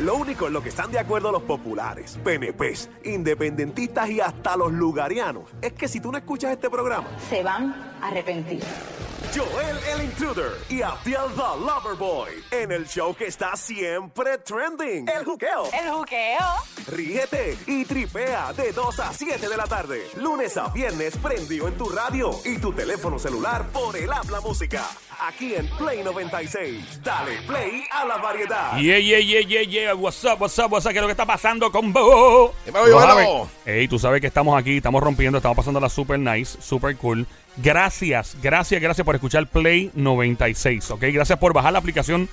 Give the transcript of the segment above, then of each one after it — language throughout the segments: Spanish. Lo único en lo que están de acuerdo los populares, PNPs, independentistas y hasta los lugarianos es que si tú no escuchas este programa, se van a arrepentir. Joel el Intruder y Abdiel the Loverboy en el show que está siempre trending, El Juqueo. El juqueo. Rígete y tripea de 2 a 7 de la tarde, lunes a viernes prendido en tu radio y tu teléfono celular por el habla música. Aquí en Play 96, dale play a la variedad. Yeah, yeah, yeah, yeah, yeah. What's up, what's up, what's up? ¿Qué es lo que está pasando con vos? ¿Qué pasó, Giovanna? Ey, tú sabes que estamos aquí, estamos rompiendo, estamos pasando la super nice, super cool. Gracias, gracias, gracias por escuchar Play 96, ¿ok? Gracias por bajar la aplicación.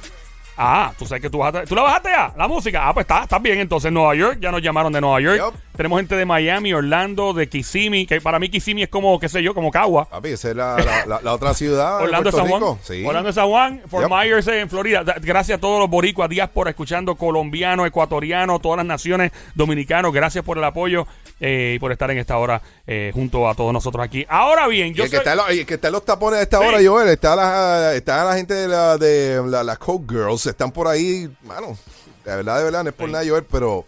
Ah, tú sabes que tú bajaste. ¿Tú la bajaste ya? La música. Ah, pues está, está bien. Entonces, Nueva York, ya nos llamaron de Nueva York. Yup. Tenemos gente de Miami, Orlando, de Kissimmee, que para mí Kissimmee es como, qué sé yo, como Cagua. Papi, esa es la, la- la- la otra ciudad. de Orlando Puerto San Juan. Rico. Sí. Orlando San Juan, Fort Yep. Myers eh, en Florida. Da- Gracias a todos los boricuas, diáspora, escuchando colombianos, ecuatorianos, todas las naciones, dominicanos. Gracias por el apoyo eh, y por estar en esta hora eh, junto a todos nosotros aquí. Ahora bien, Y yo el, que soy- está en los, y el que está en los tapones a esta Sí. hora, Joel, está la, está la gente de la, de la, las Coke Girls, están por ahí, mano, la verdad, de verdad, no es por nada, Joel, pero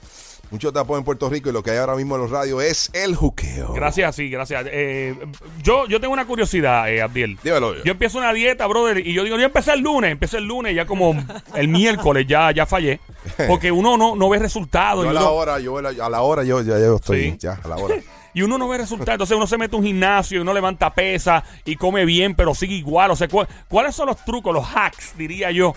mucho tapón en Puerto Rico y lo que hay ahora mismo en los radios es el juqueo. Gracias, sí, gracias. Eh, yo, yo tengo una curiosidad, eh, Abdiel. Dímelo, Yo Joel. empiezo una dieta, brother, y yo digo, yo empecé el lunes, empecé el lunes, ya como el miércoles ya, ya fallé. Porque uno no, no ve resultados. Yo y a uno- la hora, Joel, a la hora yo, ya, yo estoy, Sí. ya, a la hora. y uno no ve resultados. Entonces uno se mete a un gimnasio y uno levanta pesa y come bien, pero sigue igual. O sea, ¿cu- ¿cuáles son los trucos, los hacks, diría yo,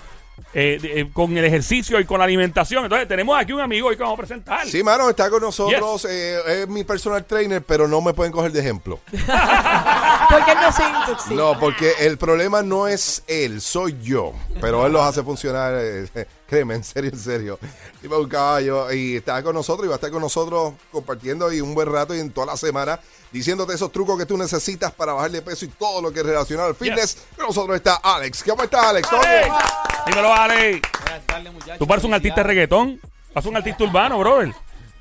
eh, de- eh, con el ejercicio y con la alimentación? Entonces tenemos aquí un amigo hoy que vamos a presentar. Sí, mano, está con nosotros, eh, es mi personal trainer, pero no me pueden coger de ejemplo. Porque no se intoxica. No, porque el problema no es él, soy yo. Pero él los hace funcionar. eh, créeme, en serio, en serio. Iba un caballo y estaba con nosotros y va a estar con nosotros compartiendo y un buen rato y en toda la semana diciéndote esos trucos que tú necesitas para bajarle peso y todo lo que es relacionado al fitness. Con nosotros está Alex. ¿Cómo estás, Alex? ¿Todo ¡Ale! bien? Dímelo, Ale. Buenas tardes, muchachos. Tú pareces un artista de Felicidades. reggaetón. Pareces un artista urbano, brother.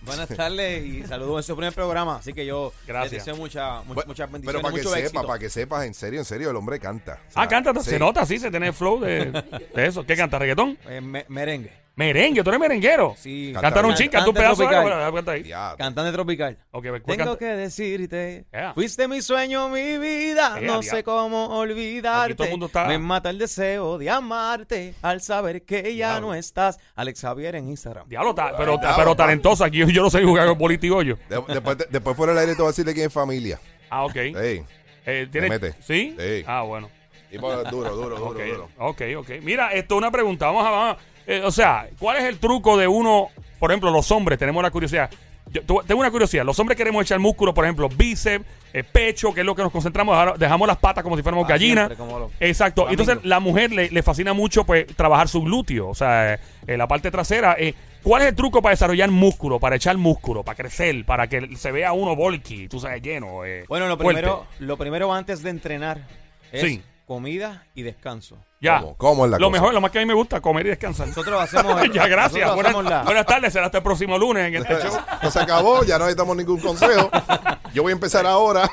Buenas tardes y saludos en su primer programa. Así que yo Gracias. les deseo mucha, mu- muchas Pero bendiciones, para que mucho éxito. sepas, para que sepas, en serio, en serio, el hombre canta. O sea, Ah, canta, sí. se nota, sí, se tiene el flow de, de eso. ¿Qué canta? ¿Reggaetón? Eh, me- merengue. Merengue, tú eres merenguero. Sí. Cantar un Cantante ching, canta un pedazo de algo. tropical. Bueno, canta ahí. Ya, Cantante tropical. Ok, pues, Tengo canta. que decirte, Yeah. fuiste mi sueño, mi vida, Ea, no dia- sé cómo olvidarte. Aquí todo el mundo está- Me mata el deseo de amarte al saber que ya Diablo. no estás. Alex Javier en Instagram. Diablo, ta- pero, Diablo, pero papá. talentoso. Aquí yo, yo no sé jugar con político yo. de- después, de- después fuera del aire te voy a decirle quién es familia. Ah, ok. Ey, Eh, ¿tiene- Le mete. ¿Sí? Sí. Ah, bueno. tipo duro, duro, duro, Ok, duro. ok, ok. Mira, esto es una pregunta. Vamos a. vamos a- eh, o sea, ¿cuál es el truco de uno? Por ejemplo, los hombres, tenemos la curiosidad. Yo tu- tengo una curiosidad. Los hombres queremos echar músculo, por ejemplo, bíceps, eh, pecho, que es lo que nos concentramos. Ahora Dejamos las patas como si fuéramos Ah, gallinas. siempre, como los Exacto. flamingos. Entonces, la mujer le, le fascina mucho pues trabajar su glúteo, o sea, eh, eh, la parte trasera. eh, ¿Cuál es el truco para desarrollar músculo, para echar músculo, para crecer, para que se vea uno bulky, tú sabes, lleno? eh, Bueno, lo fuerte? primero, lo primero antes de entrenar es Sí. comida y descanso. Ya. ¿Cómo? ¿Cómo es la Lo cosa? mejor, lo más que a mí me gusta, comer y descansar. Nosotros hacemos. ya, gracias. nosotros Buenas, hacemos la- buenas tardes, será hasta el próximo lunes en este show. No se acabó, ya no necesitamos ningún consejo. Yo voy a empezar ahora.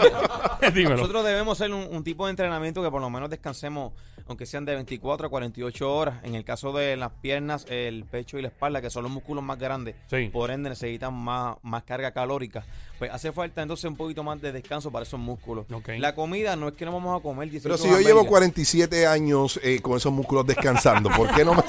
Dímelo. Nosotros debemos hacer un, un tipo de entrenamiento que por lo menos descansemos, aunque sean de 24 a 48 horas. En el caso de las piernas, el pecho y la espalda, que son los músculos más grandes, Sí. por ende necesitan más, más carga calórica. Pues hace falta entonces un poquito más de descanso para esos músculos. Ok. La comida no es que no vamos a comer 18 Pero si yo llevo hamburguesas. 47 años eh, con esos músculos descansando, ¿por qué no me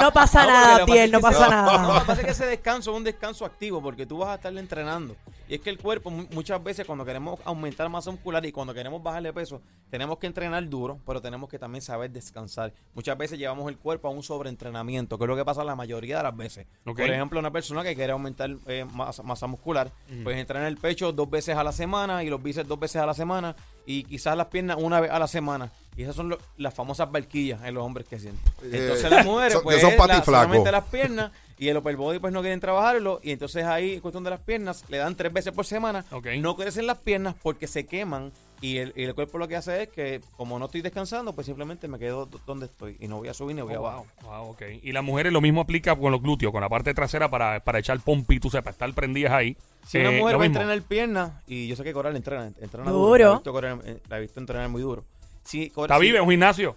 No pasa No, nada, porque Abdiel, lo no Ah, que pasa es pasa que ese- Lo nada. que pasa es que ese descanso es un descanso activo porque tú vas a estarle entrenando. Y es que el cuerpo mu- muchas veces cuando queremos aumentar masa muscular y cuando queremos bajarle peso, tenemos que entrenar duro, pero tenemos que también saber descansar. Muchas veces llevamos el cuerpo a un sobreentrenamiento, que es lo que pasa la mayoría de las veces. Ok. Por ejemplo, una persona que quiere aumentar eh, masa, masa muscular, pues entrena el pecho dos veces a la semana y los bíceps dos veces a la semana y quizás las piernas una vez a la semana. Y esas son lo- las famosas barquillas en los hombres que sienten. Entonces las mujeres Eh, Son- que pues, son es patis la- flacos. solamente las piernas y el upperbody pues no quieren trabajarlo y entonces ahí en cuestión de las piernas le dan tres veces por semana Ok. no crecen las piernas porque se queman y el, y el cuerpo lo que hace es que como no estoy descansando pues simplemente me quedo do- donde estoy y no voy a subir ni voy a bajar Oh, Wow, wow, ok. Y las mujeres lo mismo aplica con los glúteos, con la parte trasera para, para echar pompitos, o sea, para estar prendidas ahí. si una Eh, mujer lo va a mismo. entrenar piernas y yo sé que Coral entrena entrena Duro. duro, La, he visto Coral- eh, la he visto entrenar muy duro si Coral- ¿Está si- vive en un gimnasio?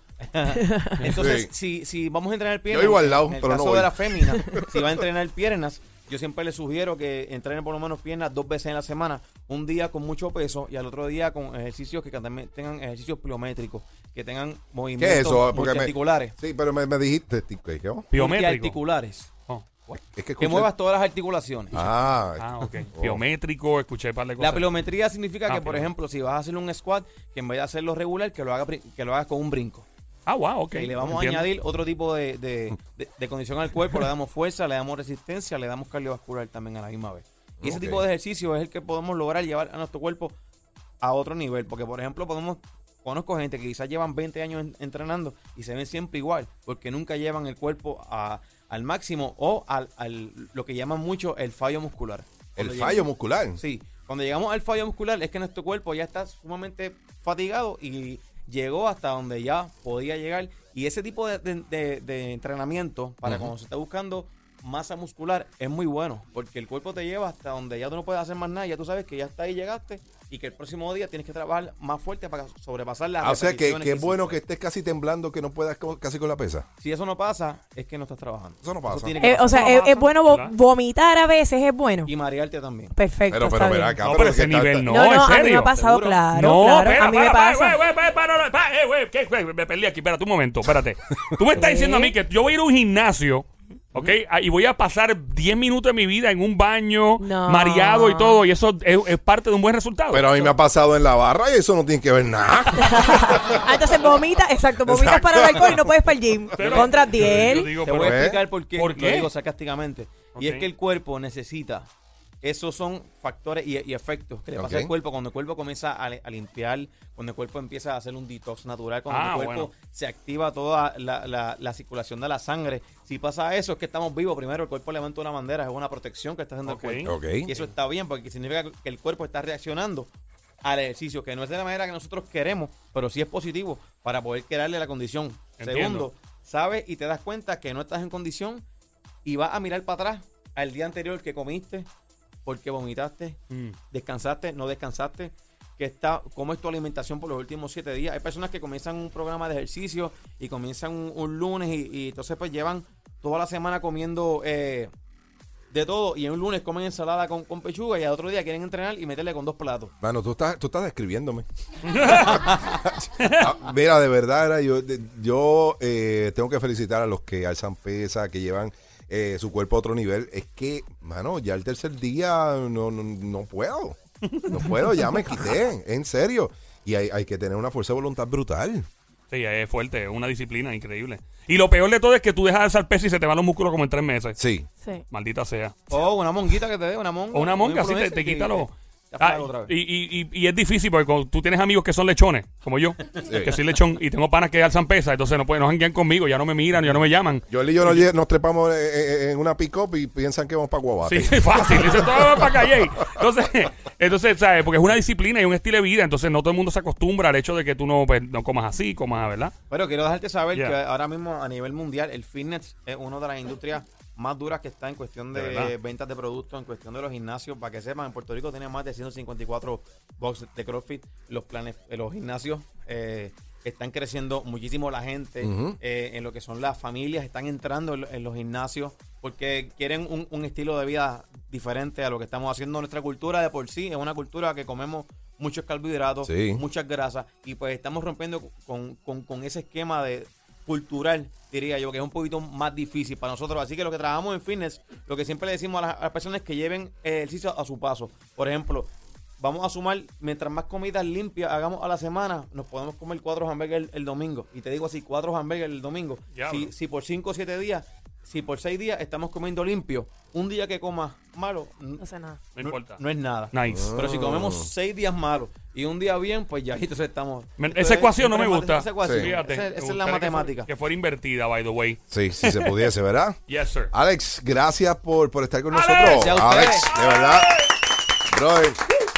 Entonces, si, si vamos a entrenar piernas, Yo igual lado, en el pero no caso voy. de la fémina, si va a entrenar piernas, yo siempre le sugiero que entrenen por lo menos piernas dos veces en la semana, un día con mucho peso y al otro día con ejercicios que también tengan ejercicios pliométricos, que tengan ¿Qué es movimientos eso? Ah, Porque me- multiarticulares. Sí, pero me, me dijiste, tic- ¿qué? ¿Qué? Biométrico. Multiarticulares. Oh, Es que Que escuché- muevas todas las articulaciones. Ah, Ah, ok. Oh. Biométrico, escuché un par de cosas. La pliometría significa Ah, que, por pero- ejemplo, si vas a hacer un squat, que en vez de hacerlo regular, que lo hagas que lo hagas con un brinco. Ah, wow, ok. Y le vamos Entiendo. a añadir otro tipo de, de- de- de condición al cuerpo, le damos fuerza, le damos resistencia, le damos cardiovascular también a la misma vez. Y ese Ok. tipo de ejercicio es el que podemos lograr llevar a nuestro cuerpo a otro nivel, porque por ejemplo podemos conozco gente que quizás llevan 20 años en- entrenando y se ven siempre igual, porque nunca llevan el cuerpo a- al máximo o al, al- lo que llaman mucho el fallo muscular. El Cuando llegan- fallo muscular. Sí, cuando llegamos al fallo muscular es que nuestro cuerpo ya está sumamente fatigado y llegó hasta donde ya podía llegar. Y ese tipo de, de- de- de entrenamiento para cuando se está buscando masa muscular es muy bueno porque el cuerpo te lleva hasta donde ya tú no puedes hacer más nada. Ya tú sabes que ya hasta ahí llegaste y que el próximo día tienes que trabajar más fuerte para sobrepasar las Ah, o sea, que, repeticiones que es bueno que hiciste. estés casi temblando, que no puedas co- casi con la pesa. Si eso no pasa, es que no estás trabajando. Eso no pasa. tiene que Eh, o pasar. sea, Eso no es, pasa, es bueno vo- ¿verdad? vomitar a veces, es bueno. Y marearte también. Perfecto. Pero, pero, está pero bien. acá. No, pero pero que ese está- nivel está- no, No, no, en a mí me serio. ha pasado, Seguro. claro. No, claro, espera, a mí me para, pasa. para, para, para, para, para, eh, güey, ¿qué, güey? me perdí aquí, espérate un momento, espérate. Tú me estás diciendo a mí que yo voy a ir a un gimnasio, ¿ok? Ah, Y voy a pasar 10 minutos de mi vida en un baño, No. mareado y todo, y eso es, es parte de un buen resultado. Pero a mí me ha pasado en la barra y eso no tiene que ver nada. Ah, entonces vomita, exacto, vomitas Exacto. para el alcohol y no puedes para el gym. Pero- Contra Yo- yo 10. digo, Te pero- voy a ¿eh? explicar por qué, ¿Por qué? lo digo sarcásticamente. Y Ok. es que el cuerpo necesita. Esos son factores y, y efectos que le pasa Ok. al cuerpo. Cuando el cuerpo comienza a, li- a limpiar, cuando el cuerpo empieza a hacer un detox natural, cuando Ah, el cuerpo bueno. se activa toda la, la- la circulación de la sangre. Si pasa eso, es que estamos vivos. Primero, el cuerpo levanta una bandera, es una protección que está haciendo Ok. el cuerpo. ok. Y eso está bien porque significa que el cuerpo está reaccionando al ejercicio, que no es de la manera que nosotros queremos, pero sí es positivo para poder crearle la condición. Entiendo. Segundo, sabes y te das cuenta que no estás en condición y vas a mirar para atrás al día anterior que comiste, porque vomitaste, Mm. descansaste, no descansaste, que está, cómo es tu alimentación por los últimos siete días. Hay personas que comienzan un programa de ejercicio y comienzan un, un lunes y, y entonces pues llevan toda la semana comiendo eh, de todo y en un lunes comen ensalada con, con pechuga y al otro día quieren entrenar y meterle con dos platos. Mano, tú estás, tú estás describiéndome. Ah, Mira, de verdad, era yo, de- yo eh, tengo que felicitar a los que alzan pesa, que llevan eh, su cuerpo a otro nivel. Es que, mano, ya el tercer día no, no, no puedo. No puedo, ya me quité, en serio. Y hay, hay que tener una fuerza de voluntad brutal. Sí, es fuerte, es una disciplina increíble. Y lo peor de todo es que tú dejas de alzar peso y se te van los músculos como en tres meses. Sí. Sí. Maldita sea. O Oh, una monguita que te dé, una monga. O una monca, así te, influencer te que- quita los... te Ah, aflaga otra vez. y, y- y- y es difícil porque cuando tú tienes amigos que son lechones, como yo, que soy lechón, y tengo panas que alzan pesas, entonces no pueden, no janguean conmigo, ya no me miran, ya no me llaman. Yo y yo nos, lle- nos trepamos eh, eh, en una pick-up y piensan que vamos para Guabate. Sí, sí, fácil. Dice, todo va para calle. Entonces, entonces, ¿sabes? Porque es una disciplina y un estilo de vida. Entonces, no todo el mundo se acostumbra al hecho de que tú no, pues, no comas así, comas, ¿verdad? Pero quiero dejarte saber Yeah. que ahora mismo a nivel mundial el fitness es una de las industrias más duras que está en cuestión De de, verdad. ventas de productos, en cuestión de los gimnasios. Para que sepan, en Puerto Rico tiene más de 154 boxes de CrossFit. Los planes, eh, los gimnasios eh, están creciendo muchísimo la gente. eh, en lo que son las familias, están entrando en, lo- en los gimnasios porque quieren un, un estilo de vida diferente a lo que estamos haciendo. Nuestra cultura de por sí es una cultura que comemos muchos carbohidratos, Sí. muchas grasas y pues estamos rompiendo con, con- con ese esquema de cultural, diría yo, que es un poquito más difícil para nosotros. Así que los que trabajamos en fitness, lo que siempre le decimos a las, a las personas es que lleven ejercicio a su paso. Por ejemplo, vamos a sumar, mientras más comidas limpias hagamos a la semana, nos podemos comer cuatro hamburgues el, el domingo. Y te digo así, cuatro hamburgues el domingo. Diablo. Si, si por cinco o siete días, si por seis días estamos comiendo limpio, un día que comas malo, n- No sé nada. No importa. no es nada. Nice. Pero si comemos seis días malos y un día bien, pues ya entonces estamos. Me- Entonces, esa ecuación no me siempre mate- gusta. Esa ecuación. Sí. Fíjate, Esa, me esa es gustaría la que matemática. fuera- Que fuera invertida, by the way. Sí, si se pudiese, ¿verdad? Yes, sir. Alex, gracias por, por estar con Alex, nosotros. a ustedes. Alex, de verdad. Brother,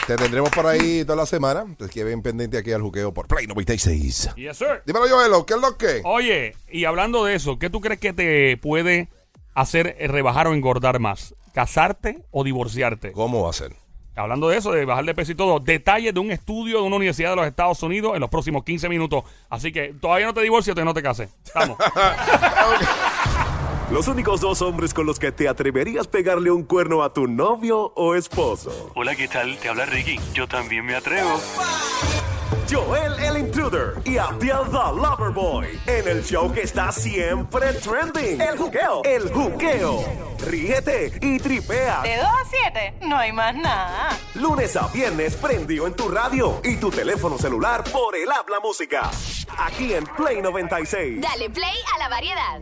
te tendremos por ahí toda la semana. Te que bien pendiente aquí al juqueo por Play 96. Yes, sir. Dímelo, Joelo, ¿qué es lo que? Oye, y hablando de eso, ¿qué tú crees que te puede hacer eh, rebajar o engordar más? ¿Casarte o divorciarte? ¿Cómo va a ser? Hablando de eso, de bajarle peso y todo, detalles de un estudio de una universidad de los Estados Unidos en los próximos 15 minutos. Así que todavía no te divorcio, todavía no te cases. Estamos. Los únicos dos hombres con los que te atreverías pegarle un cuerno a tu novio o esposo. Hola, ¿qué tal? Te habla Ricky. Yo también me atrevo. Joel el Intruder y Abdiel the Loverboy. En el show que está siempre trending. El juqueo. El juqueo. Ríete y tripea. De 2 a 7, no hay más nada. Lunes a viernes prendido en tu radio y tu teléfono celular por el habla música. Aquí en Play 96. Dale play a la variedad.